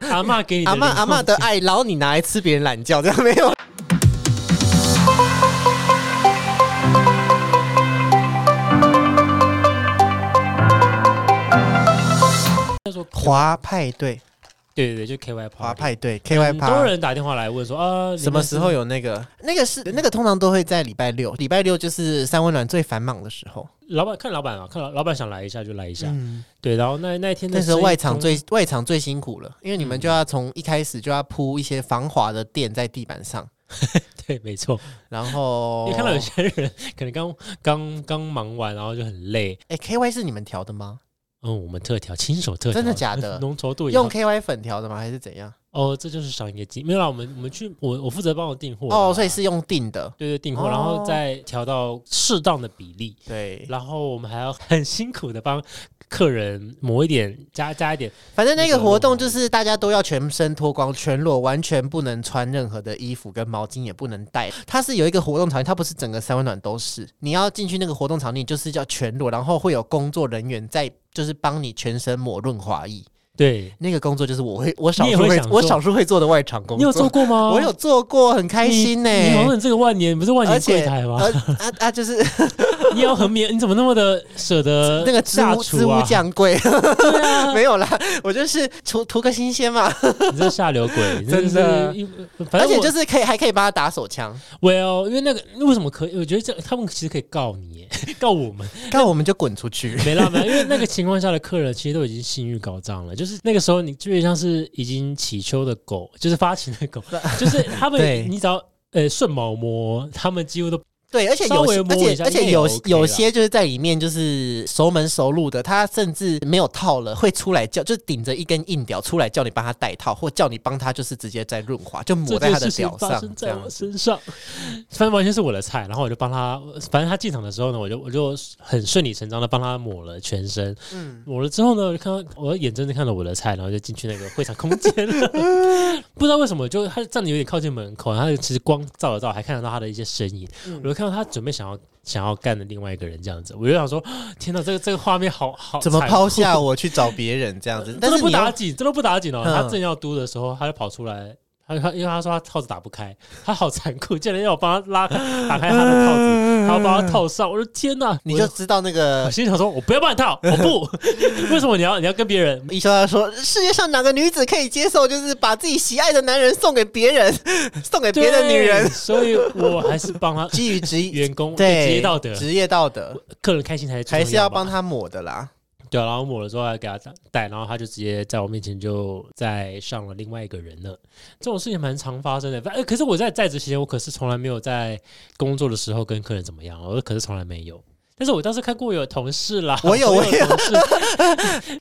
阿嬷给你的阿嬷零阿用嬷的爱，然后你拿来吃别人懒觉，这样没有？叫做 K- 华派对，对对对，就 K Y 华 party。派对，K Y 很多趴。人打电话来问说啊，你什么们是时候？有那个？那个是那个，通常都会在礼拜六，礼拜六就是三温暖最繁忙的时候。老板看老板啊，看老老板想来一下就来一下。嗯，对，然后那那一天的那时候生意外场通最外场最辛苦了，因为你们就要从一开始就要铺一些防滑的垫在地板上， 对，没错。然后你看到有些人可能刚刚刚忙完，然后就很累。哎，K Y 是你们调的吗？嗯，我们特调，亲手特调，真的假 的？浓稠度也用好 K Y 粉调的吗？还是怎样？哦，这就是商业机没有啦，我们我们去我我负责帮我订货哦，啦所以是用定的。对对订货，然后哦再调到适当的比例，对，然后我们还要很辛苦的帮客人抹一点加加一点，反正那个活动就是大家都要全身脱光、全裸，完全不能穿任何的衣服，跟毛巾也不能带。它是有一个活动场地，它不是整个三温暖都是。你要进去那个活动场地，就是叫全裸，然后会有工作人员在，就是帮你全身抹润滑液。对。那个工作就是我会，我少你也数会会想，做我少数会做的外场工作。你有做过吗？ 我有做过，很开心呢、你你你这个万年不是万而年柜且，台吗？呃 啊啊，就是你要很免，你怎么那么的舍得那个织呃下屋织厨屋啊？酱柜，对啊， 没有啦，我就是图图个新鲜嘛，你这下流 鬼，真的你真是一。反而正且我就是可以还可以帮他打手枪， well，因为那个为什么可以？我觉得这他们其实可以告你耶， 告我们 那我们就滚出去。没啦没啦，因为那个情况下的客人其实都已经性欲高涨了，就是那个时候你就有点像是已经起秋的狗，就是发情的狗， 就是他对们你只要呃顺毛摸，他们几乎都对，而且稍有微些，摸而一且下而且应该有也 OK 啦有些就是在里面就是熟门熟路的，他甚至没有套了，会出来叫，就顶着一根硬屌出来叫你帮他戴套，或叫你帮他就是直接在润滑，就抹 这在件他的事情屌发上生这在样我。身上，反正完全是我的菜。然后我就帮他，反正他进场的时候呢，我就我就很顺理成章的帮他抹了全身。嗯，抹了之后呢，我就看到我眼睁睁看到我的菜，然后就进去那个会场空间了。 不知道为什么，就他站的有点靠近门口，然后他其实光照了照，还看得到他的一些身影。嗯我就看到他准备想要想要干的另外一个人这样子，我就想说，天哪，这个这个画面好好怎么残酷抛下我去找别人这样 子？但真是的不你又打紧，真的不打紧哦。嗯他正要嘟的时候，他就跑出来，他他因为他说他套子打不开，他好残酷，竟然要我帮他拉打开他的套子，还要帮他套上。我说天哪，你我就知道那我 个心里想说，我不要帮你套，我不， 为什么你要你要跟别人？医生他说，世界上哪个女子可以接受，就是把自己喜爱的男人送给别人， 送给别的女人对，所以我还是帮 他基于职业员工对职业道德，职业道德，客人开心才还是要帮他。他抹的啦。对啊，然后抹了之后还给他带，然后他就直接在我面前就再上了另外一个人了。这种事情蛮常发生的。反、呃、可是我在在职期间，我可是从来没有在工作的时候跟客人怎么样，我可是从来没有。但是我倒是看过有同事啦，我 有我我有同事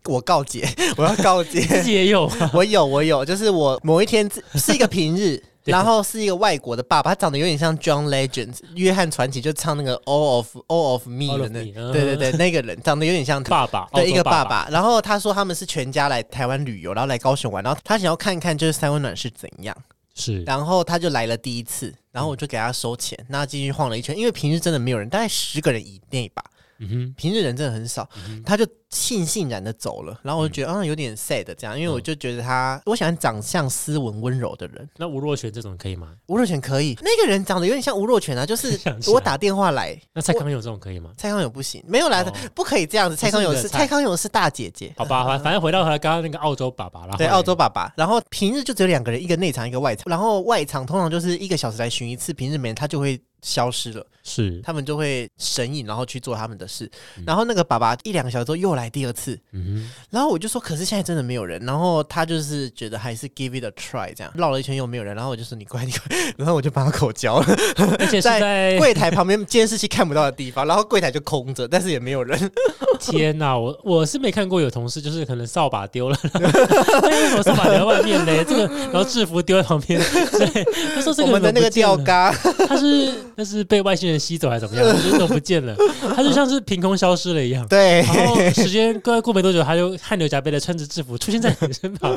我告诫， 我要告自 诫，己也有啊，我有我有，就是我某一天自是一个平 日。对然后是一个外国的爸爸，他长得有点像 John Legend 约翰传奇，就唱那个 All of All of Me All 的 of 那 me，对对对，那个人长得有点 像他。爸爸，澳对，洲一个爸爸，爸。然后他说他们是全家来台湾旅游，然后来高雄玩，然后他想要看看就是三温暖是怎样，是然后他就来了第一次，然后我就给他收钱，那他进去晃了一圈，因为平日真的没有人，大概十个人以内吧，嗯哼，平日人真的很嗯少，他就悻悻然的走了，然后我就觉得啊有点 sad 这样，因为我就嗯觉得他，我喜欢长相斯文温柔的人。那吴若璇这种可以吗？吴若权 可以，那个人长得有点像吴若权啊，就是想起来我打电话来，那蔡康永这种可以吗？蔡康永不行，没有啦，哦不可以这样子，蔡康永不是是你的菜蔡康永是大姐姐，好吧， 反反正回到他刚刚那个澳洲爸爸，然后对，嘞澳洲爸爸。然后平日就只有两个人，一个内场，一个外场。然后外场通常就是一个小时来巡一次，平日没人，他就会消失了，是他们就会神隐，然后去做他们的事嗯。然后那个爸爸一两个小时之后又来第二次，嗯然后我就说，可是现在真的没有人。然后他就是觉得还是 give it a try 这样，绕了一圈又没有人，然后我就说你乖你乖， 然后我就帮他口交 了，哼，而且是 在在柜台旁边监视器看不到的地方，然后柜台就空着，但是也没有人。天呐，我我是没看过有同事就是可能扫把丢了， 然后哎为什么扫把丢在外面呢？ 这个然后制服丢在旁边，对，他说这我个们怎的么那不个见吊了，嘎，他是那是被外星人吸走还是怎么样？就是都不见了，他就像是凭空消失了一样。对，然后时间过过没多久，他就汗流浃背的穿着制服出现在你身 旁。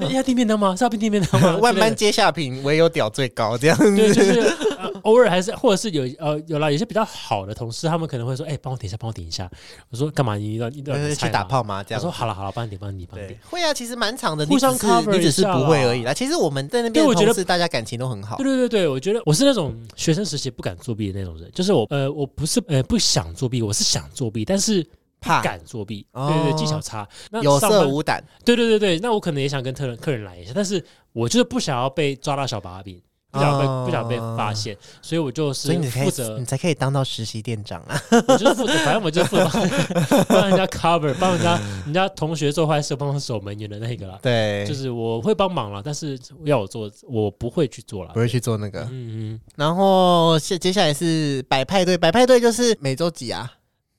哎要订便当吗？是要订便当吗？万般之皆下品，唯有屌最高这样类的对，就子。是、呃偶尔还是或者是有呃有啦，有些比较好的同事，他们可能会说，哎、帮我点一下，帮我点一下。我说干嘛？你要你啊要就是呃去打？炮吗？这他样说好了好了，帮你点，帮你点，帮你对点。，会啊，其实蛮长的，你互相只是 cover 你只是一下啦不会而已啦。其实我们在那边对的我觉得同事，大家感情都很好对。对对对，我觉得我是那种学生时期不敢作弊的那种人，就是我嗯呃我不是呃不想作弊，我是想作弊，但是不怕敢作弊。哦对对对，技巧差。那有上班色无胆，对对对对，那我可能也想跟客人客人来一下，但是我就是不想要被抓到小把柄，不想要被、哦不想要被发现，所以我就是所以你才负责你，才可以当到实习店长啊！我就是负责，反正我就是负责帮 帮人家 cover，帮人家人家同学做坏事，帮守门员的那个啦。对，就是我会帮忙了，但是要我做，我不会去做了不。会去做那个。嗯嗯，然后接接下来是摆派对，摆派对就是每周几啊？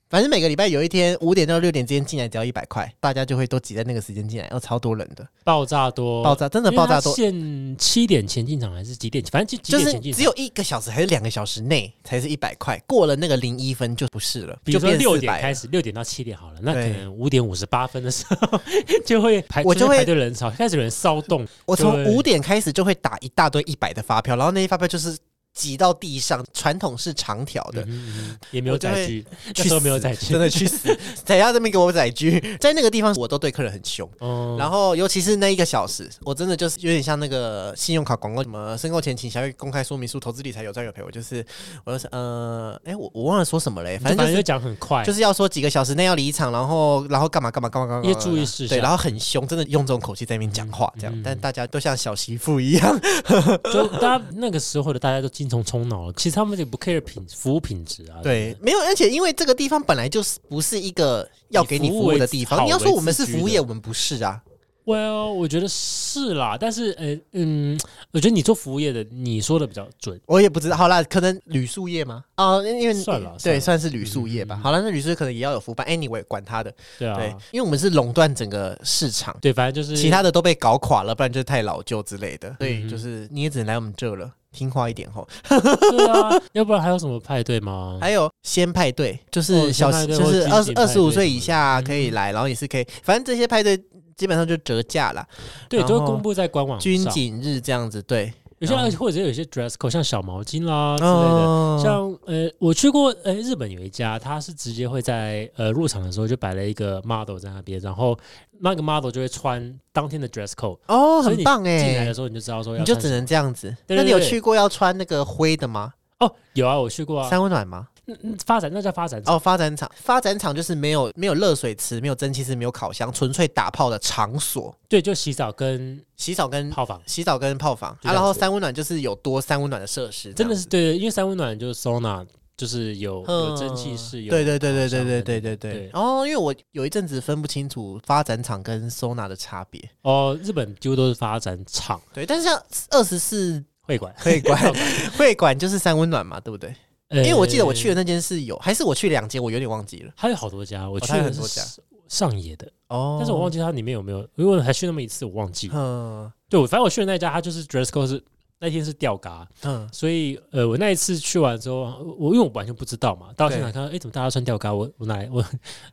反正每个礼拜有一天五点到六点之间进来，只要一百块，大家就会都挤在那个时间进来，哦，超多人的，爆炸多，爆炸真的爆炸多，限七点前进场还是几点？反正就几就点是前进场只有一个小时还是两个小时内才是一百块，过了那个零一分就不是了，比如就说变六四点百。啊开始，六点到七点好了，那可对能五点五十八分的时候 就会排，我就会是排队人潮，开始有人骚 动，我从对五点开始就会打一大堆一百的发票，然后那些发票就是挤到地上，传统是长条的，嗯嗯嗯也没有我就会载具， 那去时候死，没有载具真，的 去死！等一下这边给我载具，在那个地方我都对客人很凶。嗯，然后，尤其是那一个小时，我真的就是有点像那个信用卡广告，什么申购前请详阅公开说明书、投资理财有赚有赔。我就是，我就是，呃，哎，我我忘了说什么嘞，反反正正就就是讲很快，就是要说几个小时内要离场，然后然后干嘛干嘛干嘛干嘛，一些注意事项对，然后很凶，真的用这种口气在那边讲话，这样嗯，但大家都像小媳妇一样，就大家那个时候的大家都精虫充脑了，其实他们也不 care 品服务品质啊，对，没有，而且因为这个地方本来就是不是一个要给你以服服务务为的地好方，你要说为我们自是居服务的业，我们不是啊， ，Well，我觉得是啦，但是呃嗯，我觉得你做服务业的，你说的比较准，我也不知道，好啦，可能旅宿业吗？哦，因为算了算对，了算是旅宿业嗯吧。嗯嗯好了，那旅宿可能也要有服务吧。Anyway，管他的，对啊，对，因为我们是垄断整个市场，对，反正就是其他的都被搞垮了，不然就是太老旧之类的。嗯所哦以嗯就是你也只能来我们这了，听话一点吼。对啊，要不然还有什么派对吗？还有先派对，就哦是先小派对就或是集二体派二十对五什岁么以的嗯下可以来，然后也是可以，反正这些派对基本上就折价啦，对，然都会后公布在官网军上。警日这样子，对，有然后些或者有些 dress code，像小毛巾啦之类的。哦像呃，我去过呃日本有一家，他是直接会在呃入场的时候就摆了一个 model 在那边，然后那个 model 就会穿当天的 dress code，哦，所以很你棒哎，进来的时候你就知道说要你就穿只什么能这样子。对对那你有对去过要穿那个灰的吗？哦有啊，我去过啊，三温暖吗？嗯发展那叫发展场哦，发展厂，发展厂就是没有没有热水池，没有蒸汽室，没有烤箱，纯粹打炮的场所，对，就洗澡跟洗澡跟泡房，洗澡跟泡房这啊。样子然后三温暖就是有多三温暖的设施，真的这样是子对，因为三温暖就是 sauna，就是有有蒸汽嗯室，有对对对对烤箱对对等对对等对。哦，因为我有一阵子分不清楚发展厂跟收纳的差别。哦，日本几乎都是发展场对，但是像二十四会馆，会馆， 会馆就是三温暖嘛，对不对？因因为我记得我去的那间是有，还是我去两间，我有点忘记了。还有好多家，我去哦它有的很多是家上野的，哦，但是我忘记它里面有没有，因为我还去那么一次，我忘记。嗯对，我反正我去的那家，它就是 dress code 是那天是吊嘎，嗯，所以呃，我那一次去完之后，我因为我完全不知道嘛，到现场看到，哎，怎么大家穿吊嘎？我我哪来我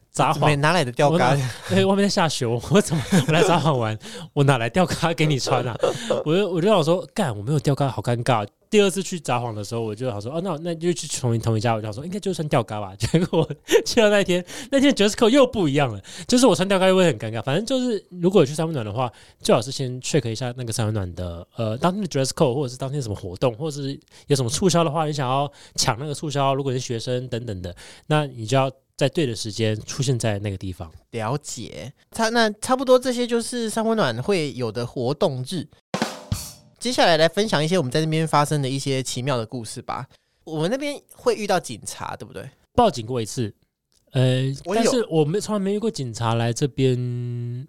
撒怎么谎？嗯拿来的吊我杆？哎，外面在下雪，我 我怎么我来撒谎玩？我哪来吊嘎给你穿啊？ 我就我就想说，干，我没有吊嘎，好尴尬。第二次去札幌的时候，我就想说，哦，那那就去同一同一家，我就想说，应该就是穿吊嘎吧。 结果去到那一天，那天的 dress code 又不一样了，就是我穿吊嘎又会很尴尬。反正就是，如果有去三温暖的话，最好是先 check 一下那个三温暖的呃当天的 dress code，或者是当天什么活动，或者是有什么促销的话，你想要抢那个促销，如果你是学生等等的，那你就要在对的时间出现在那个地方。了解，差那差不多这些就是三温暖会有的活动日。接下来来分享一些我们在那边发生的一些奇妙的故事吧。我们那边会遇到警察，对不对？报警过一次，呃，我但有是我们从来没遇过警察来这边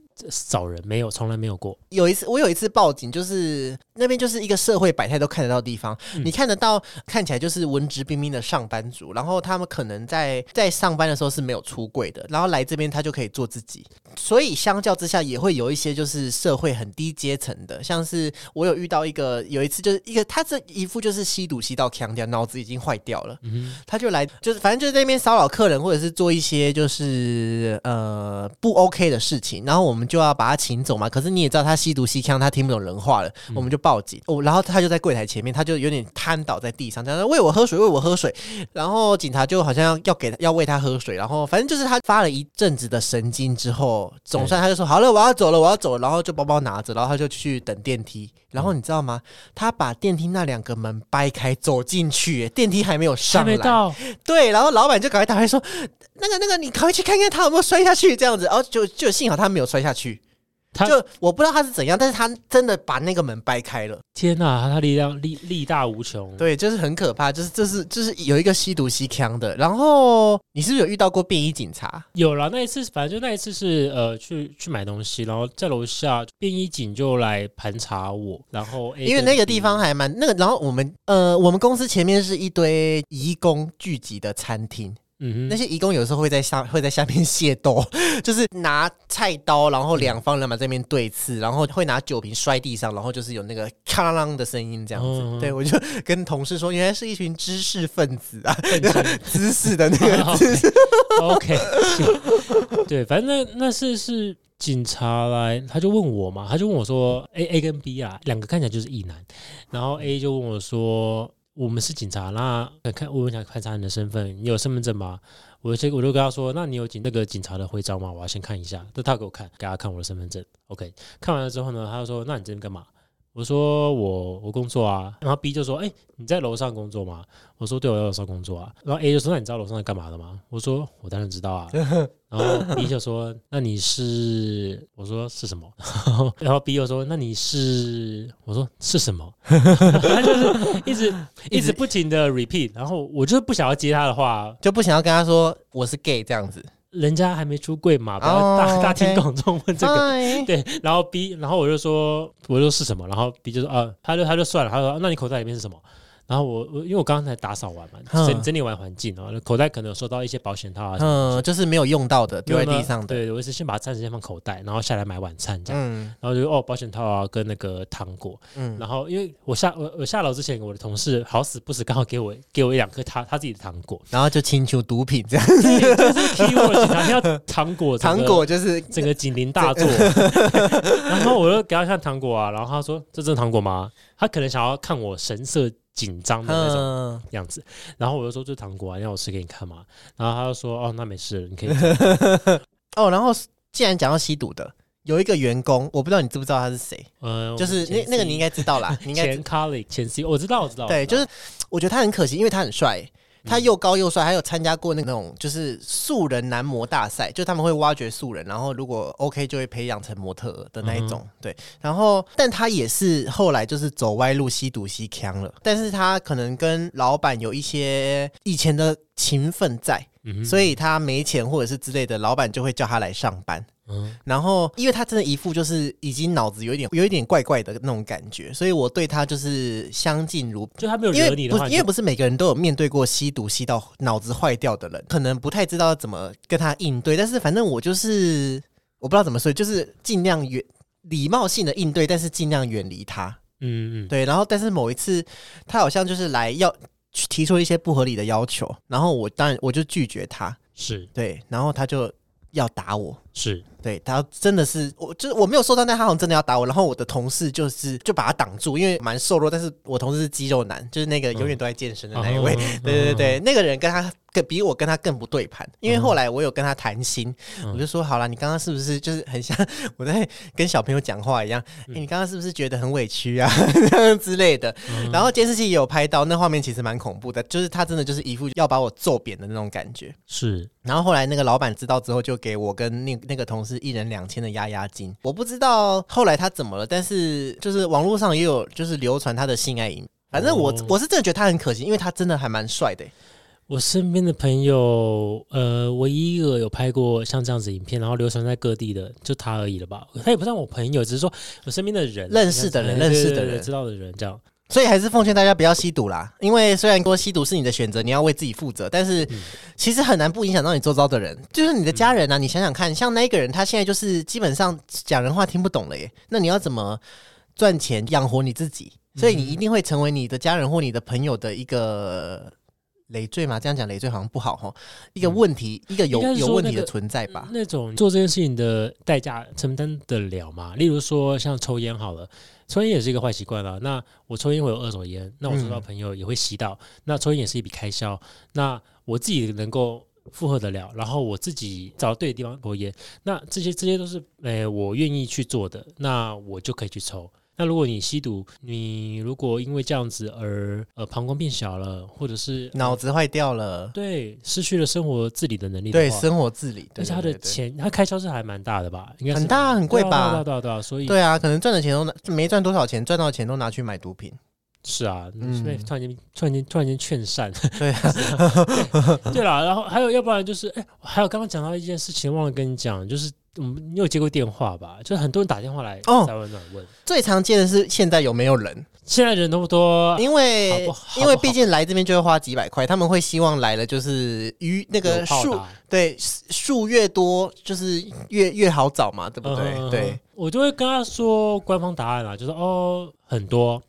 找人，没有，从来没有过。有一次，我有一次报警，就是那边就是一个社会百态都看得到的地方，嗯你看得到看起来就是文质彬彬的上班族，然后他们可能在在上班的时候是没有出柜的，然后来这边他就可以做自己，所以相较之下也会有一些就是社会很低阶层的，像是我有遇到一个有一次就是一个他这一副就是吸毒吸到腔掉，脑子已经坏掉了，嗯他就来，就是反正就是在那边骚扰客人，或者是做一些就是呃不 OK 的事情。然后我们们就要把他请走嘛。可是你也知道他吸毒吸呛，他听不懂人话了，嗯我们就报警。哦，然后他就在柜台前面，他就有点瘫倒在地上，这样说喂我喝水，喂我喝水。然后警察就好像要给他要喂他喝水，然后反正就是他发了一阵子的神经之后，总算他就说好了，我要走了，我要走了，然后就包包拿着，然后他就去等电梯。嗯然后你知道吗？他把电梯那两个门掰开走进去，电梯还没有还上没来，到，对，然后老板就赶快打开说：“那个那个，你赶快去看看他有没有摔下去。”这样子，然后就就幸好他没有摔下去。他就我不知道他是怎样，但是他真的把那个门掰开了。天哪、他力量力力大无穷。对，就是很可怕，就是这是就是有一个吸毒吸枪的。然后你是不是有遇到过便衣警察？有了那一次，反正就那一次是呃去去买东西，然后在楼下便衣警就来盘查我，然后 A 因为跟那个 B 地方还蛮那个，然后我们呃，我们公司前面是一堆移工聚集的餐厅，嗯那哼，些义工有时候会在下 会在下面械斗， 就是拿菜刀，然后两方人马这边对刺，然后会拿酒瓶摔地上，然后就是有那个咔啦啷的声音这样子。嗯嗯嗯对我就跟同事说，原来是一群知识分子啊，更深 知识的那个知识。 OK，行对，反正那那次是警察来，他就问我嘛，他就问我说，A A 跟 B 啊，两个看起来就是异男，然后 A 就问我说，我们是警察，那呃看我问一下勘察你的身份，你有身份证吗？我就我就跟他说，那你有警那个警察的徽章吗？我要先看一下，这他给我看，给他看我的身份证，OK，看完了之后呢，他就说，那你这边干嘛？我说我我工作啊，然后 B 就说，哎、你在楼上工作吗？我说对，我在楼上工作啊。然后 A 就说：“那你知道楼上在干嘛的吗？”我说：“我当然知道啊。”然后 B 就说：“那你是？”我说：“是什么？” 然后然后 B 又说：“那你是？”我说：“是什么？” 他就是一直一直不停的 repeat，然后我就是不想要接他的话，就不想要跟他说我是 gay 这样子，人家还没出柜嘛，不要大、哦大庭 OK 广众问这个。对，对，然后 B，然后我就说，我就说是什么，然后 B 就说啊，他就他就算了，他说那你口袋里面是什么？然后我我因为我刚才打扫完嘛，嗯整整理完环境，然后口袋可能有收到一些保险套啊，嗯，就是没有用到的丢在因为地呢上的，对，我是先把暂时先放口袋，然后下来买晚餐这样。嗯然后就哦，保险套啊，跟那个糖果。嗯，然后因为我下我我下楼之前，我的同事好死不死刚好给我给我一两颗他他自己的糖果， 然后就请求毒品这样，踢我警察要糖果，整个 糖果就是整个警铃大作，然后我就给他看糖果啊，然后他说：“这真的糖果吗？”他可能想要看我神色紧张的那种嗯，样子，然后我就说：“这糖果啊，你要我吃给你看吗？”然后他就说：“哦，那没事，你可以走。哦，然后既然讲到吸毒的，有一个员工，我不知道你知不知道他是谁，”呃，就是那那个你应该该知道啦，你应该知前哦 colleague 前 C，我知道，我知道，对，我知道就是我觉得他很可惜，因为他很帅。嗯他又高又帅，还有参加过那种就是素人男模大赛，就他们会挖掘素人，然后如果 OK 就会培养成模特儿的嗯那一种。对，然后但他也是后来就是走歪路，吸毒吸呛了，但是他可能跟老板有一些以前的情分在，嗯哼所以他没钱或者是之类的，老板就会叫他来上班。嗯然后，因为他真的一副就是已经脑子有一点有一点怪怪的那种感觉，所以我对他就是相敬如。就他没有因为惹你的不话，是你因为就不是每个人都有面对过吸毒吸到脑子坏掉的人，可能不太知道怎么跟他应对。但是反正我就是我不知道怎么说，就是尽量远礼貌性的应对，但是尽量远离他。嗯嗯对，然后但是某一次他好像就是来要去提出一些不合理的要求，然后我当然我就拒绝他，是对，然后他就要打我。是对他真的是我，就是我没有受伤，但他好像真的要打我。然后我的同事就是就把他挡住，因为蛮瘦弱，但是我同事是肌肉男，就是那个永远都在健身的那一位。嗯对对对，那个人跟他跟比我跟他更不对盘，因为后来我有跟他谈心，嗯我就说好啦，你刚刚是不是就是很像我在跟小朋友讲话一样？嗯哎、你刚刚是不是觉得很委屈啊 这样之类的？嗯然后监视器也有拍到，那画面其实蛮恐怖的，就是他真的就是一副要把我揍扁的那种感觉。是然后后来那个老板知道之后，就给我跟那那个同事一人两千的压压惊。我不知道后来他怎么了，但是就是网络上也有就是流传他的性爱影。反正我、哦我是真的觉得他很可惜，因为他真的还蛮帅的欸、我身边的朋友，呃，唯一一个有拍过像这样子影片，然后流传在各地的，就他而已了吧？他也不算我朋友，只是说我身边的人、认识的人这样子认识的对对对人知道的人这样。所以还是奉劝大家不要吸毒啦，因为虽然说吸毒是你的选择，你要为自己负责，但嗯是其实很难不影响到你周遭的人，就是你的家人啊。你想想看，像那一个人，他现在就是基本上讲人话听不懂了耶，那你要怎么赚嗯钱养活你自己？所以你一定会成为你的家人或你的朋友的一个累赘嘛，这样讲累赘好像不好哦。一个问题，一个有、嗯应该是说有问题那的个嗯存在吧。那种做这件事情的代价承担得了吗？例如说像抽烟好了，抽烟也是一个坏习惯啦。啊那我抽烟会有二手烟，那我周遭嗯朋友也会吸到，那抽烟也是一笔开销。那我自己能够负荷得了，然后我自己找对的地方抽烟，那这些这些都是呃我愿意去做的，那我就可以去抽。那如果你吸毒，你如果因为这样子而呃膀胱变小了，或者是呃脑子坏掉了，对失去了生活自理的能力的对话生活自理，嗯而对且他的对对对钱，他开销是还蛮大的吧？应该是很大很贵对啊对吧啊？对啊对啊，所以对啊，可能赚的钱都拿没赚多少钱，赚到的钱都拿去买毒品。是啊，嗯所以突然间突然间突然间劝善， 啊对啊，对啦。然后还有，要不然就是，哎，还有刚刚讲到一件事情忘了跟你讲，就是我们你有接过电话吧？就是很多人打电话来哦在温暖问，最常见的是现在有没有人？现在人那么多，因为啊好不好因为不好毕竟来这边就会花几百块，他们会希望来了就是于那有个炮数打对数越多就是越越好找嘛，对不嗯对？对，，我就会跟他说官方答案啊，就是哦很多，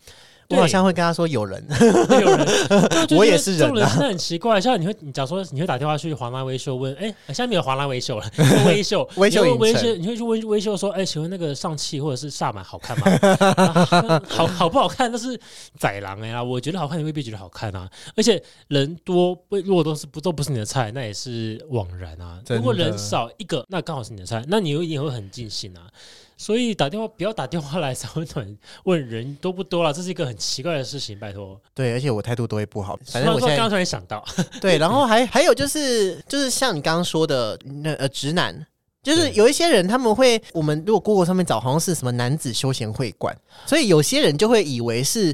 我好像会跟他说有人， 会有人，对就我觉也得是人这啊种人真的很奇怪。像你会，你假如说你会打电话去华纳微秀问，哎、下面有华纳微秀了， 微秀，微秀你会问微影城秀，你会去问微秀说，哎、请问那个上汽或者是萨满好看吗？ 啊好好不好看？那是宰狼哎呀、我觉得好看，你未必觉得好看啊。而且人多不，如果都是不都不是你的菜，那也是枉然啊。真的如果人少一个，那刚好是你的菜，那你又也会很尽兴啊。所以打电话不要打电话来 三温暖问人多不多啊了，这是一个很奇怪的事情，拜托。对，而且我态度都会不好。反正我突现然说刚在刚突然想 到，对，然后还还有就是就是像你刚刚说的那呃直男。就是对有一些人，他们会，我们如果 Google 上面找，好像是什么男子休闲会馆，所以有些人就会以为是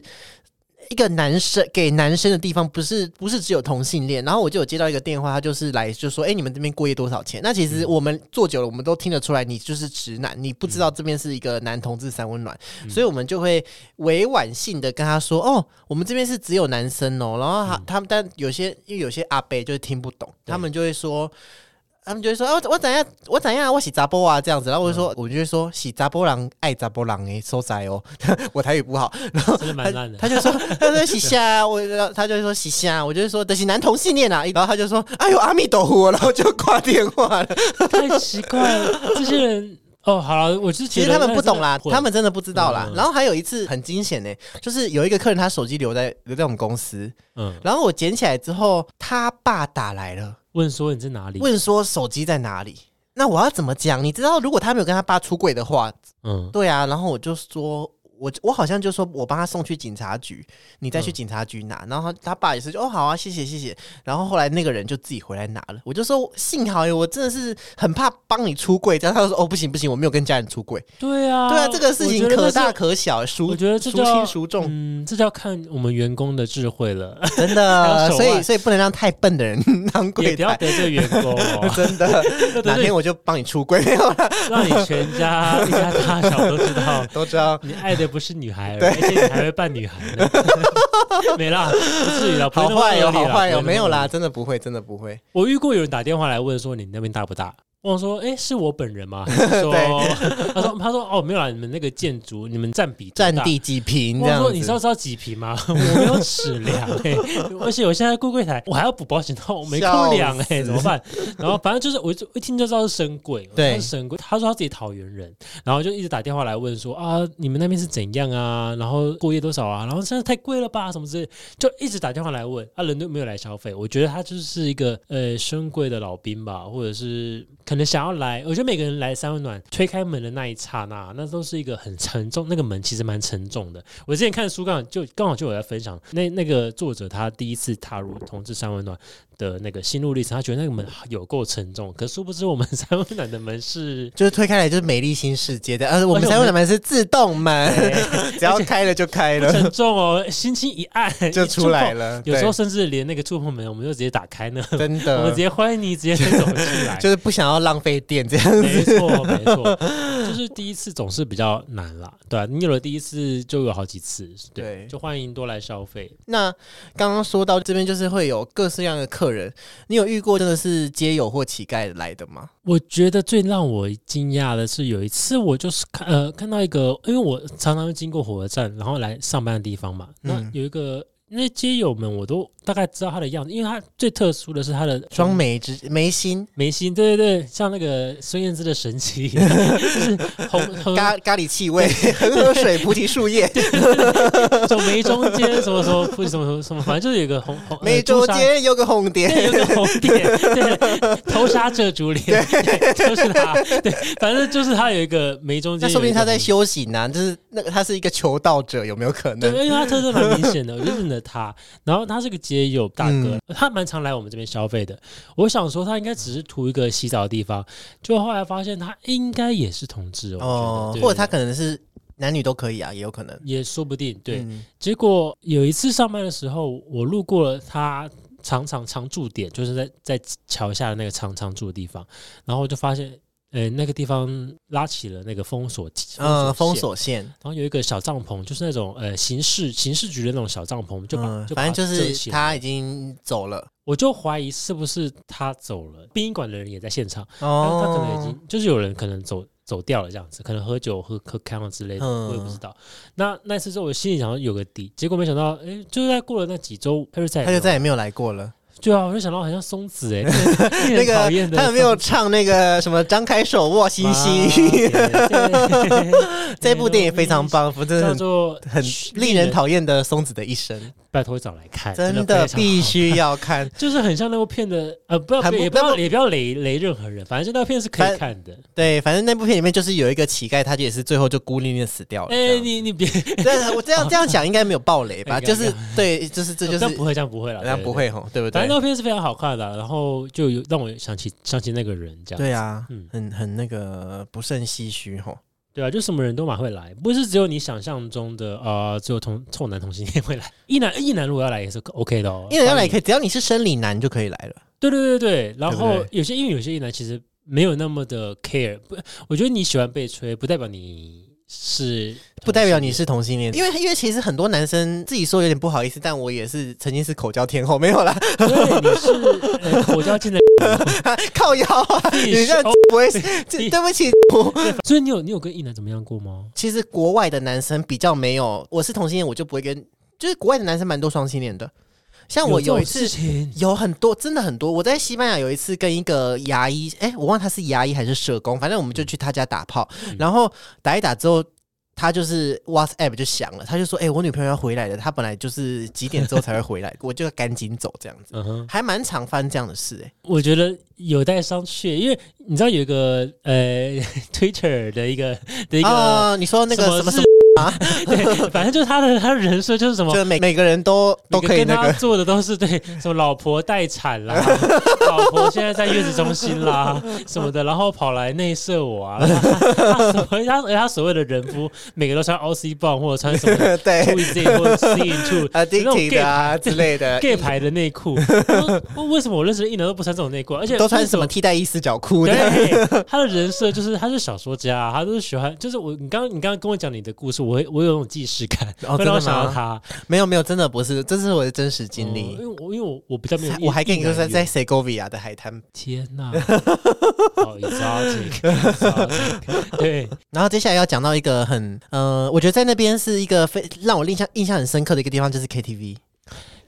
一个男生给男生的地方，不是不是只有同性恋。然后我就有接到一个电话，他就是来就说，哎、你们这边过夜多少钱？那其嗯实我们做久了，我们都听得出来，你就是直男，你不知道这边是一个男同志三温暖，嗯所以我们就会委婉性的跟他说，哦，我们这边是只有男生哦。然后他、他们但有些因为有些阿伯就是听不懂，嗯对他们就会说。他们就会说：“哦，我怎样，我怎样，我洗杂波啊，这样子。”嗯然后我就说：“我就会说洗杂波狼爱杂波狼诶，收窄哦。” 我台语不好，真的蛮他烂的。他就说他说洗虾，我然后他就说洗虾，我就说这是男同性恋啊，然后他就说哎呦阿弥陀佛，然后就挂电 话了。太奇怪了，这些人哦，好了，我是其觉实得他们不懂啦，他们真的不知道啦。嗯然后还有一次很惊险呢，就是有一个客人他手机留在留在我们公司，嗯，然后我捡起来之后，他爸打来了，问说你在哪里？问说手机在哪里。那我要怎么讲？你知道，如果他没有跟他爸出轨的话，嗯，对啊，然后我就说，我我好像就说我帮他送去警察局，你再嗯去警察局拿。然后他他爸也是就哦好啊，谢谢谢谢。然后后来那个人就自己回来拿了。我就说幸好耶，欸我真的是很怕帮你出柜。但他就说哦不行不行，我没有跟家人出柜。对啊，对啊，这个事情我觉得那可是大可小，我孰觉得这孰叫轻孰重，嗯，这叫看我们员工的智慧 了，真 还的。有手所腕以所以不能让太笨的人 当也柜不要台。得罪员工 哦，真的，要得哪罪天我就帮你出柜， 没有啦让你全家一家大小都知 道。都 知道。你爱的不是女孩，而且你还会扮女孩呢， 没啦，不至于啦，不会那么恶劣好坏哟，好啦不坏哟，会那么没有恶劣啦，真的不会，真的不会。我遇过有人打电话来问说你那边大不大？我想说，哎、是我本人 吗？还是说，他说，他说，哦，没有啦，你们那个建筑，你们占比多大占。地几平我这想样说，子。你知道知道几平吗？ 我没有尺量哎、 而且我现在过柜台，我还要补保险套，我没空量哎、笑死怎么办？然后反正就是，我就一听就知道是深柜，对他是深柜。他说他自己桃园人，然后就一直打电话来问说啊，你们那边是怎样啊？然后过夜多少啊？然后现在太贵了吧，什么之类的，就一直打电话来问，啊，人都没有来消费。我觉得他就是一个呃深贵的老兵吧，或者是可能想要来。我觉得每个人来三温暖推开门的那一刹那，那都是一个很沉重，那个门其实蛮沉重的。我之前看书刚好就刚好就有在分享，那那个作者他第一次踏入同志三温暖的那个心路历程，他觉得那个门有够沉重，可殊不知我们三温暖的门 是。就是推开来就是美丽新世界的，呃，我而且们我三们温暖门是自动门，哎 只要开了就开不沉了，重哦，轻轻一按 就出来了。了。有时候对，甚至连那个触碰门，我们就直接打开呢，真我们的直接欢迎你，直接走进来。 就是不想要浪费电这样没子。错，没错，就是第一次总是比较难啦，对吧、你有了第一次，就有好几次，对，对就欢迎多来消费。 那刚刚说到这边，就是会有各式各样的客人，你有遇过真的是街友或乞丐来的吗？我觉得最让我惊讶的是，有一次我就是看呃看到一个，因为我常常会经过火车站，然后来上班的地方嘛，那嗯有一个。那些街友们我都大概知道他的样子，因为他最特殊的是他的双眉之眉心，眉心，对对对，像那个孙燕姿的神 奇，就是红红咖咖喱气味， 恒河水、菩提树 叶，就眉中间什么什么不什么什么什么，反正就是有一个红红眉中。呃间有个朱砂红对，有 一点。个红点，对，头纱遮竹帘，对，就是他，对，反正就是他有一个眉中间有一个红点，那说不定他在修行呢、就是那个他是一个求道者，有没有可对，能？因为他特征蛮明显的，我就认得他。然后他是个街友大哥，嗯他蛮常来我们这边消费的。我想说他应该只是图一个洗澡的地方，就后来发现他应该也是同志哦，我觉得哦，对或者他对可能是男女都可以啊，也有可能。也说不定。对，嗯结果有一次上班的时候，我路过了他常常常驻点，就是在在桥下的那个常常住的地方，然后我就发现。呃，那个地方拉起了那个封锁，嗯，封线锁线，然后有一个小帐篷，就是那种呃刑事刑事局的那种小帐篷，就把、嗯，就把反正就它遮是起来他已经走了。我就怀疑是不是他走了，殡仪馆的人也在现场，但是哦，他可能已经就是有人可能走走掉了这样子，可能喝酒喝喝康了之类的，嗯我也不知道。那那次之后，我心里想要有个底，结果没想到，哎、就是在过了那几周，他就再也他没就有再也没有来过了。对啊，我就想到好像松子 哎、那那个讨厌的他有没有唱那个什么“张开手握星星星？” 这部电影非常，棒，真的 叫很做很令人讨厌，的松子的一生，拜托找来看，真哎的的非常必好须要看。就是很像那部片的，呃，不要很不也不要那也不要雷雷任何人，反正这部片是可以反看的。对，反正那部片里面就是有一个乞丐，他就也是最后就孤零零的死掉了。哎，哎，你你别， 但我这样这样讲应该没有暴雷 吧？哎就是对，就是这就这样不是会，这样不会了，人家对不。会吼，对不对反正对那？部片是非常好看的啊，然后就有让我想起想起那个人这样。对啊嗯，很很那个不胜唏嘘吼。对啊，就什么人都蛮会来，不是只有你想象中的啊，呃只有同臭男同性恋会来。一男一男如果要来也是 OK 的哦，一人哎要来以。可以，只要你是生理男就可以来了。对对对对，然对后不对有些因为有些一男其实没有那么的 care，不，我觉得你喜欢被吹，不代表你是不代表同性你恋是同性恋，因为因为其实很多男生自己说有点不好意思，但我也是曾经是口交天后，没有啦，对，你是 呃口交进的，靠腰啊，你你是这样哦不会，你这对不起。 所以你有你有跟一男怎么样过吗？其实国外的男生比较没有，我是同性恋，我就不会跟，就是国外的男生蛮多双性恋的，像我这有种一次事情，有很多，真的很多。我在西班牙有一次跟一个牙医，哎、我忘了他是牙医还是社工，反正我们就去他家打炮，嗯然后打一打之后。他就是 WhatsApp 就响了，他就说：“哎、我女朋友要回来了，她本来就是几点之后才会回来， 我就赶紧走这样子。嗯哼”，还蛮常翻这样的事、哎，我觉得有待商榷，因为你知道有一个呃 Twitter 的一个的一个、啊，你说那个什么是什么， 啊对，反正就是他 的他的人设就是什么就。是每每个人都都每个可以跟那他个，做的都是对什么老婆待产 啦，老婆现在在月子中心啦什么的，然后跑来内射我 啊，他所谓他他所谓的人夫，每个都穿 OC 棒或者穿什 么对 two Z 或者 C into 啊那种 d 的啊之类 的，gay 牌的内 裤，我说为什么我认识的一男都不穿这种内裤，而且都穿什为么什替代衣四角裤的。对，他的人设就是他是小说家，他都是喜欢，就是我你刚刚你刚刚跟我讲你的故事，我会我有种既视感，哦会让我真的吗想到他 没有没有，真的不是，这是我的真实经嗯历。因为我因为我我比较没有，我还跟你说在在在 Segovia 的海滩天 哪好，exotic，exotic，对，然后接下来要讲到一个很，呃，我觉得在那边是一个非让我印象印象很深刻的一个地方，就是 KTV，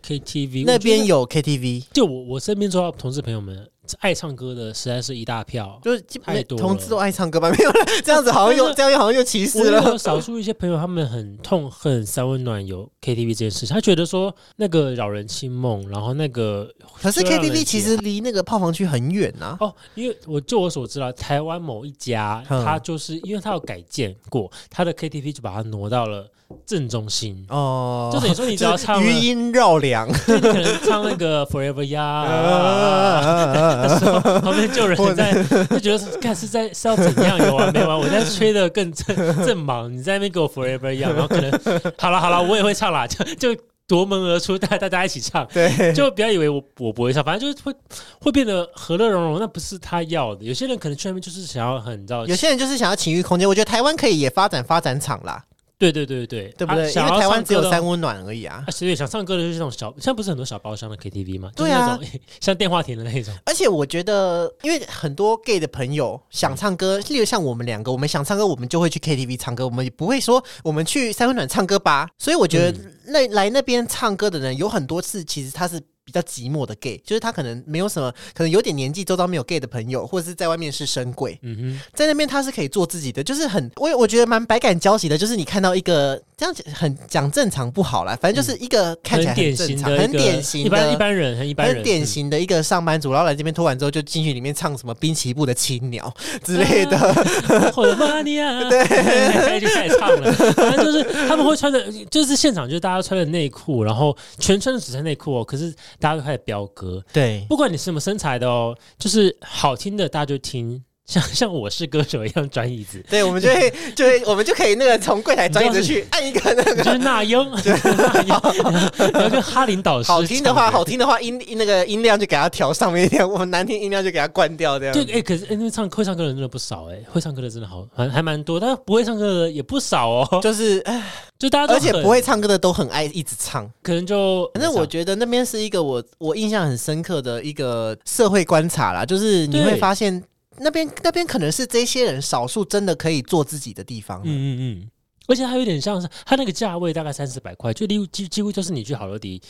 KTV 那边有，有 KTV，就我我身边做到同事朋友们爱唱歌的实在是一大票。就是基太多了同志都爱唱歌吧？没有了，这样子好 像又这样又好像又 歧我视了。有少数一些朋友，他们很痛恨三温暖有 KTV 这件事，情，他觉得说那个扰人清梦，然后那个可是就让人 KTV 其实离那个炮房区很远啊呐、哦，因为我就我所知啦，台湾某一家，嗯它就是因为它有改建过，它的 KTV 就把它挪到了正中心。 哦，就等于说你只要唱了余音绕梁，就你可能唱那个 Forever Young 啊的 啊时候，旁边就有人在，就觉得看是在是要怎样有完没完？我在吹的更正正忙，你在那边给我 Forever Young，然后可能好了好了，我也会唱啦，就就夺门而出，带大家一起唱。对，就不要以为我我不会唱，反正就是会会变得和乐融融，那不是他要的。有些人可能去那边就是想要很，你知道，有些人就是想要情欲空间，我觉得台湾可以也发展发展场啦，对对对对，对不啊对？因想为要台湾唱只有歌的三温暖而已啊啊，。所以想唱歌的就是那种小，现在不是很多小包厢的 KTV 吗？就是对啊那种 像电话亭的那种。而且我觉得，因为很多 gay 的朋友想唱歌，例如像我们两个，我们想唱歌，我们就会去 KTV 唱歌，我们也不会说我们去三温暖唱歌吧。所以我觉得那来那边唱歌的人有很多次，其实他是比较寂寞的 gay，就是他可能没有什么，可能有点年纪，周遭没有 gay 的朋友，或者是在外面是深贵，嗯哼，在那边他是可以做自己的，就是很我我觉得蛮百感交集的，就是你看到一个这样很讲正常不好啦，反正就是一个看起来很典正型常、的一个，很典型的、一般一般人，很一般人，嗯很典型的一个上班族，然后来这边拖完之后就进去里面唱什么滨崎步的青鸟之类的，嗯， 或者玛尼亚，对，开始开始唱了。反正就是他们会穿的，就是现场就是大家穿的内裤，然后全穿的只穿内裤哦，可是大家都开始飙歌， 对。不管你是什么身材的哦，就是好听的大家就听，像像我是歌手一样转椅 子，对，我们就会就会，我们就可以那个从柜台转椅子去按一个那个你就是那 英， 你要跟哈林导师好听的唱话，好听的话音那个音量就给它调上面一点，我们难听音量就给它关掉，这样。对，哎、可是哎、那唱会唱歌的人真的不少哎、会唱歌的真的好，还还蛮多，但是不会唱歌的也不少哦。就就是，唉就大家都而且很不会，唱歌的都很爱一直唱。可能就反正我觉得那边是一个我我印象很深刻的一个社会观察啦，就是你对会发现那边那边可能是这些人少数真的可以做自己的地方。嗯，嗯嗯嗯，而且它有点像是它那个价位大概三四百块，就几几几乎就是你去好乐迪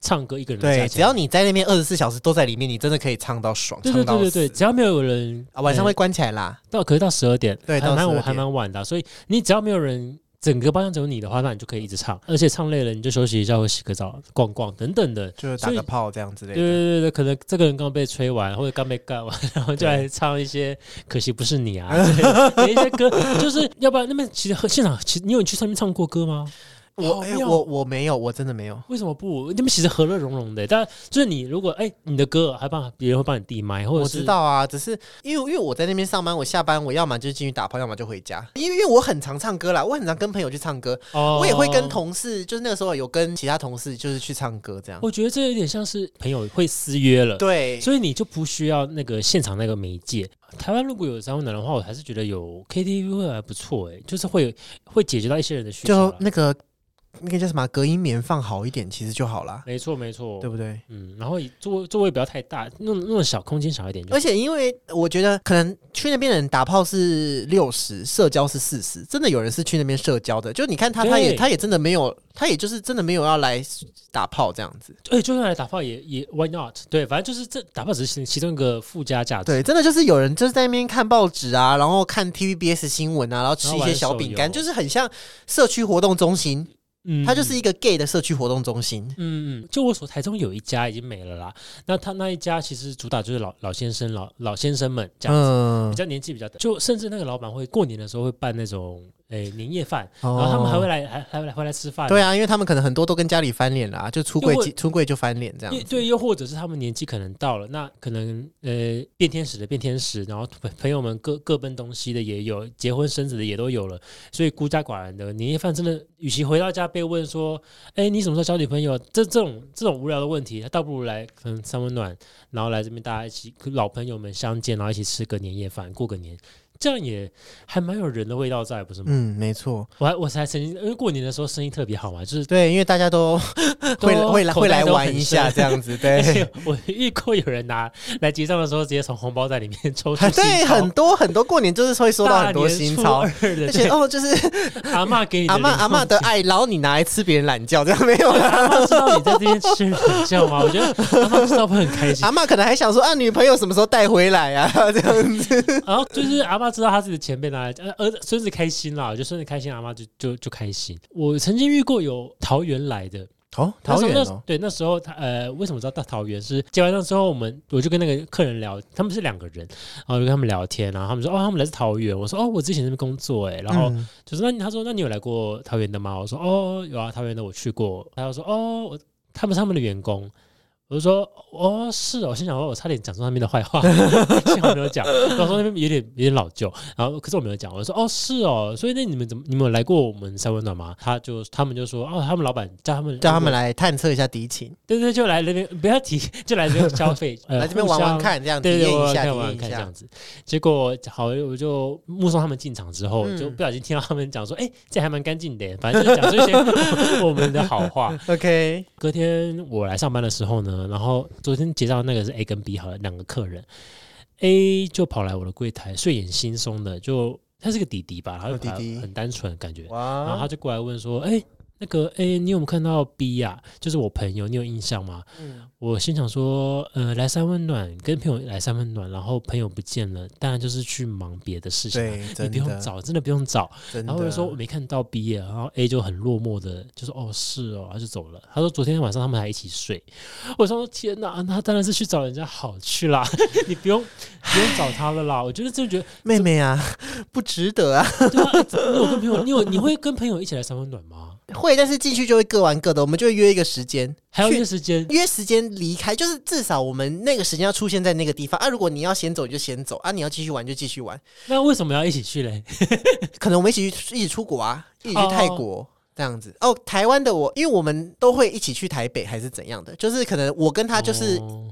唱歌一个人的价钱对，只要你在那边二十四小时都在里面，你真的可以唱到爽，对对唱到对对死对，只要没有人啊，晚上呃会关起来啦。到，可是到十二点，对还到12蛮点还蛮晚的啊、所以你只要没有人。整个包厢只有你的话，那你就可以一直唱，而且唱累了你就休息一下，或洗个澡、逛逛等等的，就是打所以个炮这样之类对的，对对对，可能这个人刚被吹完，或者刚被干完，然后就来唱一些“可惜不是 你啊”之类的有一些歌，就是要不然那边其实很现场，其实你有去上面唱过歌吗？我好哎、妙我我没有，我真的没有。为什么不？那边其实和乐融融的，但就是你如果哎、你的歌还帮别人会帮你递麦，或者我是知道啊，只是因为因为我在那边上班，我下班我要么就进去打炮，要么就回家。因为因为我很常唱歌啦，我很常跟朋友去唱歌，哦我也会跟。同事，就是那个时候有跟其他同事就是去唱歌这样。我觉得这有点像是朋友会私约了，对，所以你就不需要那个现场那个媒介。台湾如果有三温暖的话，我还是觉得有 KTV 会还不错，哎，就是会会解决到一些人的需求就啦。那个那个叫什么啊隔音棉放好一点，其实就好啦，没错没错，对不对？嗯，然后以座位座位不要太大，弄弄小空间小一点就而好。且因为我觉得可能去那边的人打炮是六十，社交是四十，真的有人是去那边社交的。就你看他，他也对他也真的没有，他也就是真的没有要来打炮这样子。哎、就算来打炮也也 why not？对，反正就是这打炮只是其中一个附加价值。对，真的就是有人就是在那边看报纸啊，然后看 TVBS 新闻啊，然后吃然后一些玩小手饼干，游就是很像社区活动中心，嗯它就是一个 gay 的社区活动中心。嗯嗯，就我所台中有一家已经没了啦。那他那一家其实主打就是老老先生、老老先生们这样子，嗯比，较年纪比较大，就甚至那个老板会过年的时候会办那种诶、年夜饭，然然后他们还会来还还会来回来吃饭。哦对啊，因为他们可能很多都跟家里翻脸啦、就出柜因为即出柜就翻脸这样因为子。对，又或者是他们年纪可能到了，那可能呃变天使的变天使，然后朋朋友们各各奔东西的也有，结婚生子的也都有了，所以孤家寡人的年夜饭真的，与其回到家被问说，哎，你什么时候交女朋友？这这种这种无聊的问题，他倒不如来可能三温暖，然后来这边大家一起老朋友们相见，然后一起吃个年夜饭，过个年。这样也还蛮有人的味道在，不是吗？嗯，没错，我还我才曾经，因呃为过年的时候生意特别好嘛，就是对，因为大家都会都会来口会袋来都玩很一下深这样子，而 对，且我遇过有人拿来结账的时候，直接从红包袋里面抽出哎对，很多很多过年就是会收多到很多新钞，而而且且哦，就是阿嬷给你的阿嬷零阿嬷的爱，然后你拿来吃别人懒觉，这样没有 啦。阿嬷知道你在这边吃冷笑 吗？我觉得阿嬷知道会很开心阿。嬷可能还想说啊，女朋友什么时候带回来啊？ 这样子，然后就是阿嬷知道她自己的钱被拿来，呃儿子孙子开心啦，就孙子开心，阿嬷就就就开心。我曾经遇过有桃园来的，哦，那时候那，对，那时候他呃，为什么知道大桃园是结完账之后，我们我就跟那个客人聊，他们是两个人，然后我就跟他们聊天，然后他们说哦，他们来自桃园，我说哦，我之前在那边工作哎，然后嗯就是那你他说那你有来过桃园的吗？我说哦有啊，桃园的我去过。他就说哦我他们是他们的员工，我就说哦是哦，我心想说我差点讲出他们的坏话， 幸好没有讲。然后说那边有点有点老旧，然后可是我没有讲，我就说哦是哦，所以那你们怎么你们有来过我们三温暖吗？他就他们就说哦他们老板叫他们叫他们，来探测一下敌情，对对，就来那边不要提，就来这边消 费，呃来这边玩互玩。相看，这样体对对，验我一下，体看我验看一这下样。子。结果好，我就目送他们进场之后，就嗯不小心听到他们讲说：“哎、这还蛮干净的。”反正就是讲这 些我们的好话。 OK，隔天我来上班的时候呢，然后昨天结账那个是 A 跟 B 好了，两个客人，A 就跑来我的柜台，睡眼惺忪的，就他是个弟弟吧，然后哦就跑来弟弟很单纯的感觉，然后哇他，就过来问说：“哎、那个哎、诶你有没有看到 B 呀、就是我朋友，你有印象吗？嗯，我心想说，呃，来三温暖，跟朋友来三温暖，然后朋友不见了，当然就是去忙别的事情啊。对，你真不用的，找，真的不用找。真然后我就的说我没看到 B 耶，然后 A 就很落寞的就说哦是哦，他就走了。他说昨天晚上他们还一起睡。我说天哪，那他当然是去找人家好去啦， 你不用不用找他了啦。我觉得真的觉得妹妹啊， 不值得啊。对啊，你有跟朋友，你有你会跟朋友一起来三温暖吗？会，但是进去就会各玩各的，我们就会约一个时间，还有一去些时间，约时间离开，就是至少我们那个时间要出现在那个地方啊。如果你要先走，你就先走啊；你要继续玩就继续玩。那为什么要一起去嘞？可能我们一起去一起出国啊，一起去哦泰国。这样子哦，台湾的我，因为我们都会一起去台北还是怎样的，就是可能我跟他就是哦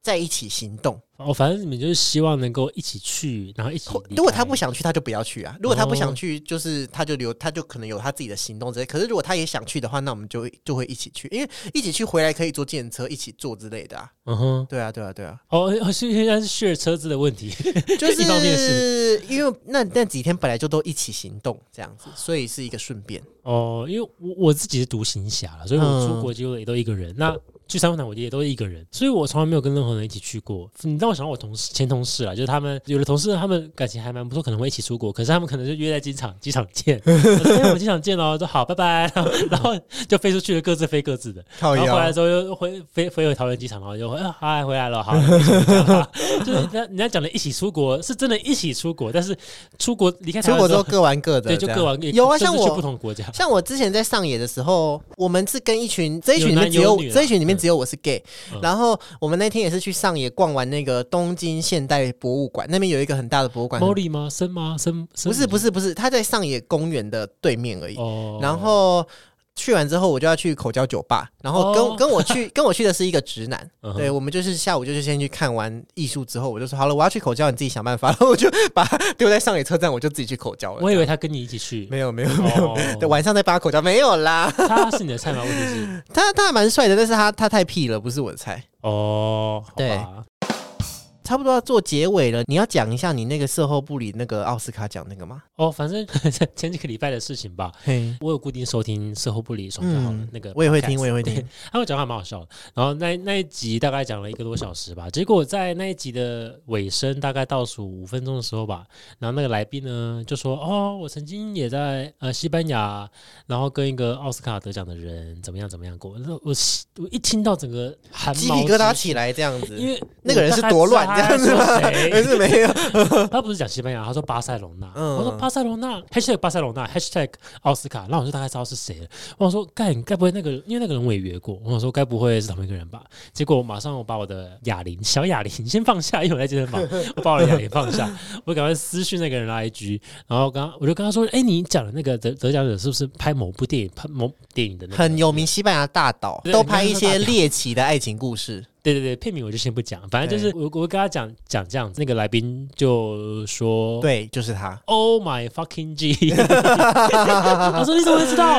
在一起行动。哦，反正你们就是希望能够一起去，然后一起或离如果开他不想去，他就不要去啊。如果他不哦想去，就是他就留，他就可能有他自己的行动之类。可是如果他也想去的话，那我们就会就会一起去，因为一起去回来可以坐电车一起坐之类的啊。嗯哼，对啊，对啊，对啊，哦，哦是现在是 share 车子的问题， 就一方面是因为那那几天本来就都一起行动这样子，所以是一个顺便。哦，因为我我自己是独行侠了，所以我嗯出国几乎也都一个人。那去三温暖我也都一个人，所以我从来没有跟任何人一起去过。你让我想到我同事前同事啦，啊就是他们有的同事他们感情还蛮不错，可能会一起出国，可是他们可能就约在机场，机场见。 我说哎我们机场见喽，说好，拜拜，然后然后就飞出去了，各自飞各自的。靠然后回来之后又回飞飞回桃园机场，然后就回啊，嗨，回来了，好，一起回家吧 就是人家人家讲的一起出国是真的一起出国，但是出国离开台出湾国之之后后，各玩各的，对，就这样各玩各有啊，甚像至去不我。同国家，像我之前在上野的时候，我们是跟一群这一群里面只有有男有女啊这一群里面只有我是 gay，、嗯然后我们那天也是去上野逛完那个东京现代博物馆，那边有一个很大的博物馆，猫力吗？森吗？森森不是不是不是，它在上野公园的对面而已。哦，然后去完之后，我就要去口交酒吧，然后跟、哦跟我去跟我去的是一个直男，嗯哼对我们就是下午就是先去看完艺术之后，我就说好了，我要去口交，你自己想办法，然后我就把它丢在上野车站，我就自己去口交了。我以为他跟你一起去，没有没有没有，哦对，晚上再帮他口交没有啦，他是你的菜吗？问题 是他他还蛮帅的，但是他他太屁了，不是我的菜。哦，好吧对差不多要做结尾了，你要讲一下你那个售后部里那个奥斯卡奖那个吗？哦，反正 前几个礼拜的事情吧，嘿，我有固定收听事后不理爽就好了嗯，那个 我也会 podcast 听，我也会听。他们讲话蛮好笑的。然后那那一集大概讲了一个多小时吧，结果在那一集的尾声，大概倒数五分钟的时候吧，然后那个来宾呢就说：“哦，我曾经也在呃西班牙，然后跟一个奥斯卡得奖的人怎么样怎么样过。”我我我一听到整个汗鸡毛皮疙瘩直起来这样子，因为那个人 是多乱这样子吗？吗但是没 有，他不是讲西班牙，他说巴塞隆纳。嗯我说巴塞隆纳，#hashtag 巴塞隆纳，#hashtag 奥斯卡。那我就大概知道是谁了。我想说，该该不会那个人，因为那个人我也约过，我想说该不会是同一个人吧？结果我马上我把我的哑铃，小哑铃先放下，因为我在健身房，我把我的哑铃放下，我赶快私讯那个人的 IG，然后刚刚我就跟他说，哎、你讲的那个得得奖者是不是拍某部电影，拍某电影的那个？ 很有名，西班牙大岛对都拍一你看些那个大岛猎奇的爱情故事。对对对，片名我就先不讲，反正就是我我跟他讲讲这样子，那个来宾就说。对，就是他。 Oh my fucking G！他说你怎么会知道？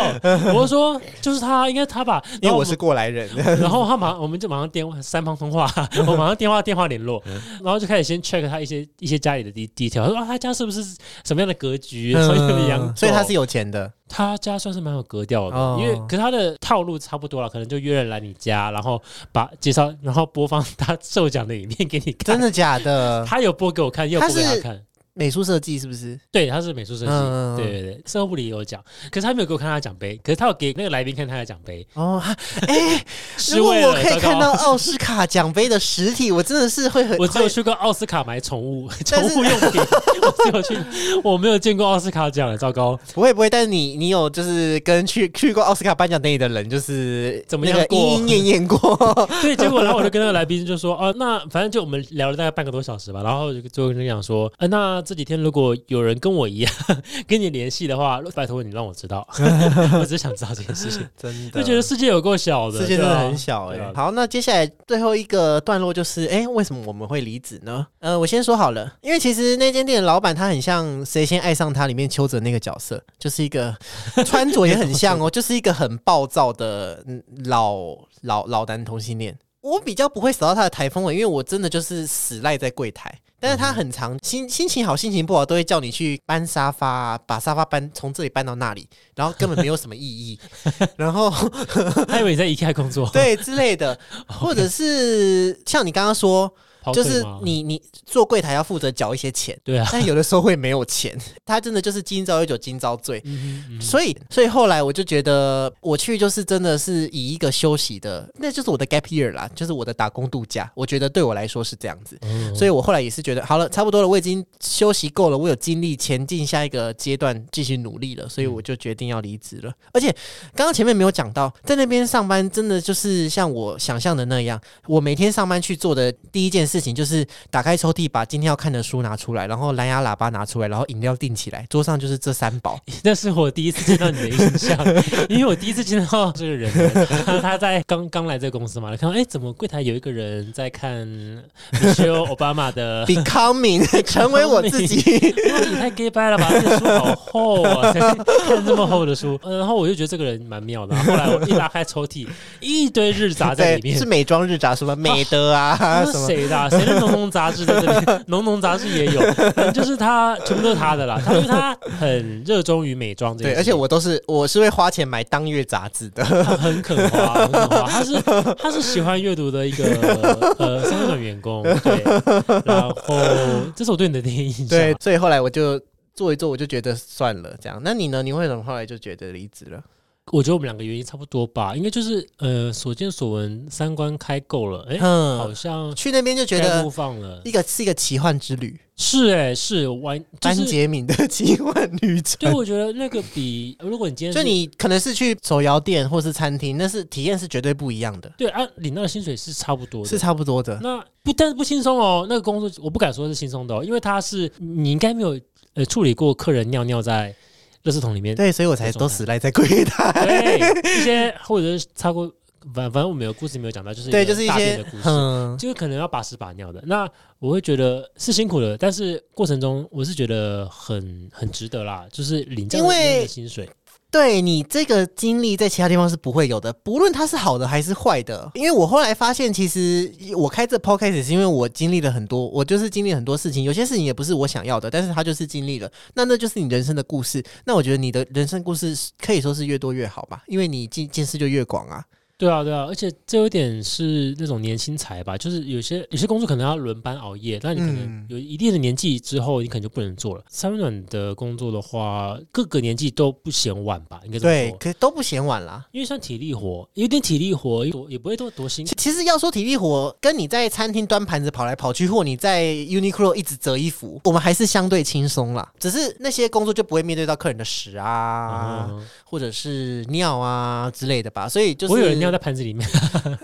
我就说就是他，应该他吧。因然为后我是过来人，们，然后他马，我们就马上电 话三方通话，我马上电话电话联络，然后就开始先 check 他一些一些家里的 d e 条，说啊他家是不是什么样的格局，什么样的嗯养，所以他是有有 钱的。他家算是蛮有格调的，哦因为可是他的套路差不多了，可能就约人来你家，然后把介绍，然后播放他授奖的影片给你看真。的假的？他有播给我看，也有播给他他是看。美术设计是不是？对，他是美术设计，嗯嗯嗯对对对，售后部里也有讲，可是他没有给我看他的奖杯，可是他有给那个来宾看他的奖杯，哦，哈哎，是如果为了我可以糟糕看到奥斯卡奖杯的实体，我真的是会很 我只有会去过奥斯卡买宠物宠但是物用品， 我只有去，我没有见过奥斯卡奖，糟糕，不会不会，但是你你有就是跟去去过奥斯卡颁奖典礼的人，就是怎么那样个过莺莺燕燕 过，对，结果然后我就跟那个来宾就说，哦、那反正就我们聊了大概半个多小时吧，然后就就跟他讲说，呃，那这几天如果有人跟我一样跟你联系的话，拜托你让我知 道，我只是想知道这件事情，真就觉得世界有够小的，世界真对的啊很小哎、对啊好，那接下来最后一个段落就是，哎、为什么我们会离职呢？呃，我先说好了，因为其实那间店的老板他很像《谁先爱上他》里面邱泽那个角色，就是 一个穿着也很像哦，就是一个很暴躁的嗯老老老男同性恋。我比较不会扫到他的台风尾，因为我真的就是死赖在柜台。但是他很嗯常心心情好心情不好都会叫你去搬沙发、啊，把沙发搬从这里搬到那里，然后根本没有什么意 义，然后还以为你在 IKEA 工作，对之 类的，或者是像你刚刚说，跑腿 就哦吗，是你你做柜台要负责缴一些钱，对啊，但有的时候会没有钱，他真的就是今朝有酒今朝醉，嗯哼嗯哼所以，所以后来我就觉得，我去就是真的是以一个休息的，那就是我的 gap year 啦，就是我的打工度假。我觉得对我来说是这样子，嗯所以我后来也是觉得，好了，差不多了，我已经休息够了，我有精力前进下一个阶段继续努力了，所以嗯我就决定要离职了。而且刚刚前面没有讲到，在那边上班真的就是像我想象的那样，我每天上班去做的第一件事情就是打开抽屉，把今天要看的书拿出来，然后蓝牙喇叭拿出来，然后饮料订起来，桌上就是这三 宝。。那是我第一次见到你的印象，因为我第一次见到这个人呢， 他他在刚刚来这个公司嘛，看到哎，怎么柜台有一个人在看 Michelle Obama 的 becoming 成为我自 己。哇你太 gay 掰了吧！这个书好厚啊，才看这么厚的书。呃然后我就觉得这个人蛮妙的。然啊后后来我一打开抽屉，一堆日杂在里对，面是。美妆日杂，什么美德啊，那什是么谁的、啊？谁的浓浓杂志在这边？浓浓杂志也有，反正就是他，全部都是他的啦。他因为他很热衷于美妆这件事对，情，而且我都是我是会花钱买当月杂志的，他很肯花，很肯花，他是他是喜欢阅读的一个呃三个员 工，对，然后哦这是我对你的第一印象。对，所以后来我就做一做，我就觉得算了，这样。那你呢？你为什么后来就觉得离职了？我觉得我们两个原因差不多吧，应该就是呃所见所闻，三观开够了，哎、好嗯，像去那边就觉该得播放了，一个是一个奇幻之旅，是哎、是完就班是。杰明的奇幻旅程。对，我觉得那个比如果你今天 就是你可能是去手摇店或是餐厅，那是体验是绝对不一样的，对啊，领到的薪水是差不多的，是差不多的。那不但是不轻松哦，那个工作我不敢说是轻松的、哦，因为它是你应该没有呃处理过客人尿尿在垃圾桶 里面，对，所以我才都死赖在柜 台。对一些或者是擦过，反反正我们有故事没有讲到，就是对，就是一大便的些故事，嗯，就是可能要把屎把尿的。那我会觉得是辛苦的，但是过程中我是觉得很很值得啦，就是领这样因为的薪水，对你这个经历在其他地方是不会有的，不论它是好的还是坏的。因为我后来发现，其实我开这 podcast 是因为我经历了很多，我就是经历很多事情，有些事情也不是我想要的，但是它就是经历了，那那就是你人生的故事。那我觉得你的人生故事是可以说是越多越好吧，因为你见见识就越广啊。对啊对啊，而且这有点是那种年轻才吧，就是有些有些工作可能要轮班熬夜，但你可嗯能有一定的年纪之后，你可能就不能做了。三温暖的工作的话，各个年纪都不嫌晚吧，应该这么对说，。可都不嫌晚啦。因为像体力活，有点体力活，多也不会多多辛苦其其实要说体力活，跟你在餐厅端盘子跑来跑去，或你在 Uniqlo 一直折衣服，我们还是相对轻松啦。只是那些工作就不会面对到客人的屎 啊，嗯或者是尿啊之类的吧。所以就是我有人尿在盘子里 面。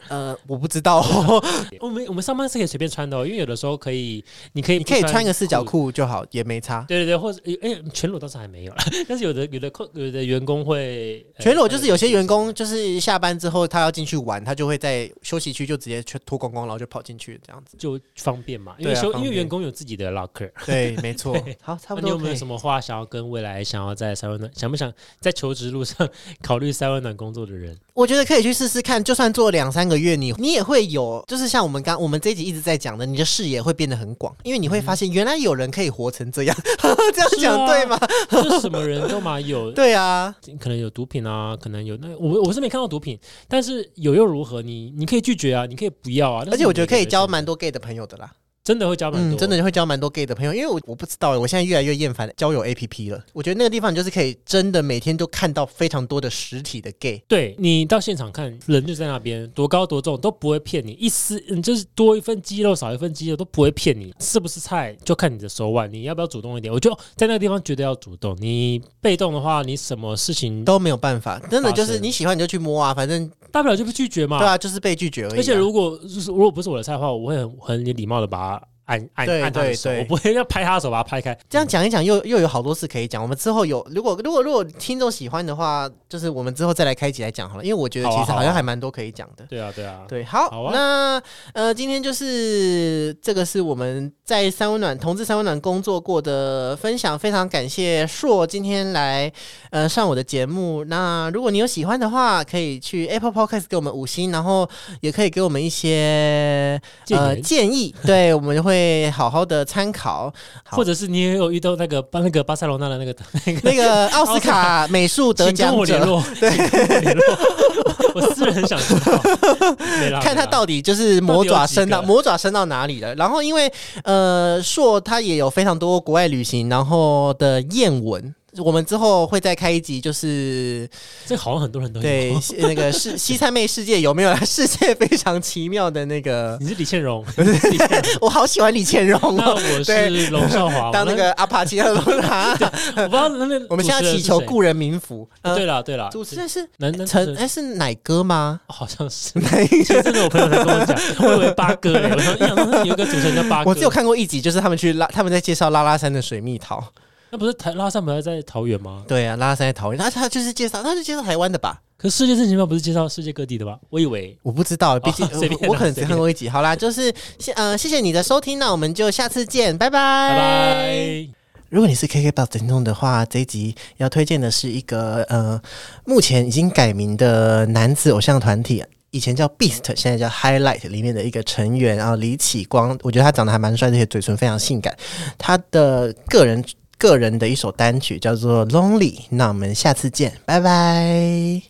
呃，我不 知道、哦，我们我们上班是可以随便穿的、哦，因为有的时候可以，你可以你可以不穿个四角裤。裤就好，也没差。对对对，或者哎、全裸倒是还没有了， 但是有的有的客有的员工会、呃全裸就是有些员工就是下班之后他要进去玩，他就会在休息区就直接全脱光光，然后就跑进去这样 子。就方便嘛，因为对啊休、方因便为员工有自己的 locker。对，没错。好，差那你不多有可没有以什。么话想要跟未来想要在三温暖想不想在求职路上考虑三温暖工作的 人？我觉得可以去试试看，就算做两三个月你，你也会有，就是像我们刚我们这一集一直在讲的，你的视野会变得很广，因为你会发现原来有人可以活成这样， 这样是讲啊对吗？就什么人都嘛有，对啊，可能有毒品啊，可能有那我我是没看到毒品，但是有又如何？你你可以拒绝啊，你可以不要啊。而且我觉得可以交交蛮，多 gay 的朋友的啦。真的会交蛮嗯多、啊嗯，真的会交蛮多 gay 的朋友，因为我我不知道欸，我现在越来越厌烦交友 APP 了。我觉得那个地方就是可以真的每天都看到非常多的实体的 gay。对你到现场看，人就在那边，多高多重都不会骗你，一丝嗯就是多一份肌肉少一份肌肉都不会骗你，是不是菜就看你的手腕，你要不要主动一点？我就在那个地方觉得要主动，你被动的话，你什么事情都没有办法，真的就发是生你喜欢你就去摸啊，反正大不了就被拒绝嘛。对啊，就是被拒绝而已啊、而且如果就是如果不是我的菜的话，我会很很礼貌的把它按按对按他的手，对对我不会要拍他的手把他拍开。这样讲一讲又，又有好多事可以讲。我们之后有，如果如果如果听众喜欢的话，就是我们之后再来开一集来讲好了，因为我觉得其好啊实好啊好像还蛮多可以讲的。对啊，对啊，对，好，好啊那呃，今天就是这个是我们在三温暖同志三温暖工作过的分享，非常感谢硕今天来呃上我的节目。那如果你有喜欢的话，可以去 Apple Podcast 给我们五星，然后也可以给我们一些建呃言建议，对我们会会好好的参考。好或者是你也有遇到那个巴那个巴塞罗那的那个那 个，那个奥斯卡美术得请跟奖我联者，络，对，联络。我私人很想知道，没啦看没啦他到底就是魔爪伸到底到有几个魔爪伸到哪里了。然后因为呃，硕他也有非常多国外旅行然后的艳闻。我们之后会再开一集，就是这好像很多人都有对那 个世西餐妹世界有没有 世界非常奇妙的那 个？你是李倩蓉，我好喜欢李倩蓉那哦，我对是龙少华。当那个阿帕奇的龙塔。我不知道那那我们现在祈求故。故人民福。呃对，了对了，主持人是男男陈陈哎是奶哥 吗？哦好像是， 其实真的我朋友才跟我讲，我以为八哥欸，我想印象中有一个主持人叫八哥，我只有看过一集，就是他们去拉，他们在介绍拉拉山的水蜜桃。那不是台拉萨不是在桃园吗？对啊，拉拉山在桃园，他他就是介绍，他是介绍台湾的吧？可是世界正奇妙不是介绍世界各地的吗？我以为我不知道，毕竟、哦随便呃啦我可能随只便看过一集。好啦，就是谢呃，谢谢你的收听，那我们就下次见，拜拜，拜拜。如果你是 KKBOX 听众的话，这一集要推荐的是一个呃，目前已经改名的男子偶像团体。以前叫 Beast，现在叫 Highlight 里面的一个成员啊，李启光，我觉得他长得还蛮帅，而且嘴唇非常性感。他的个人个人的一首单曲叫做《Lonely》，那我们下次见，拜拜。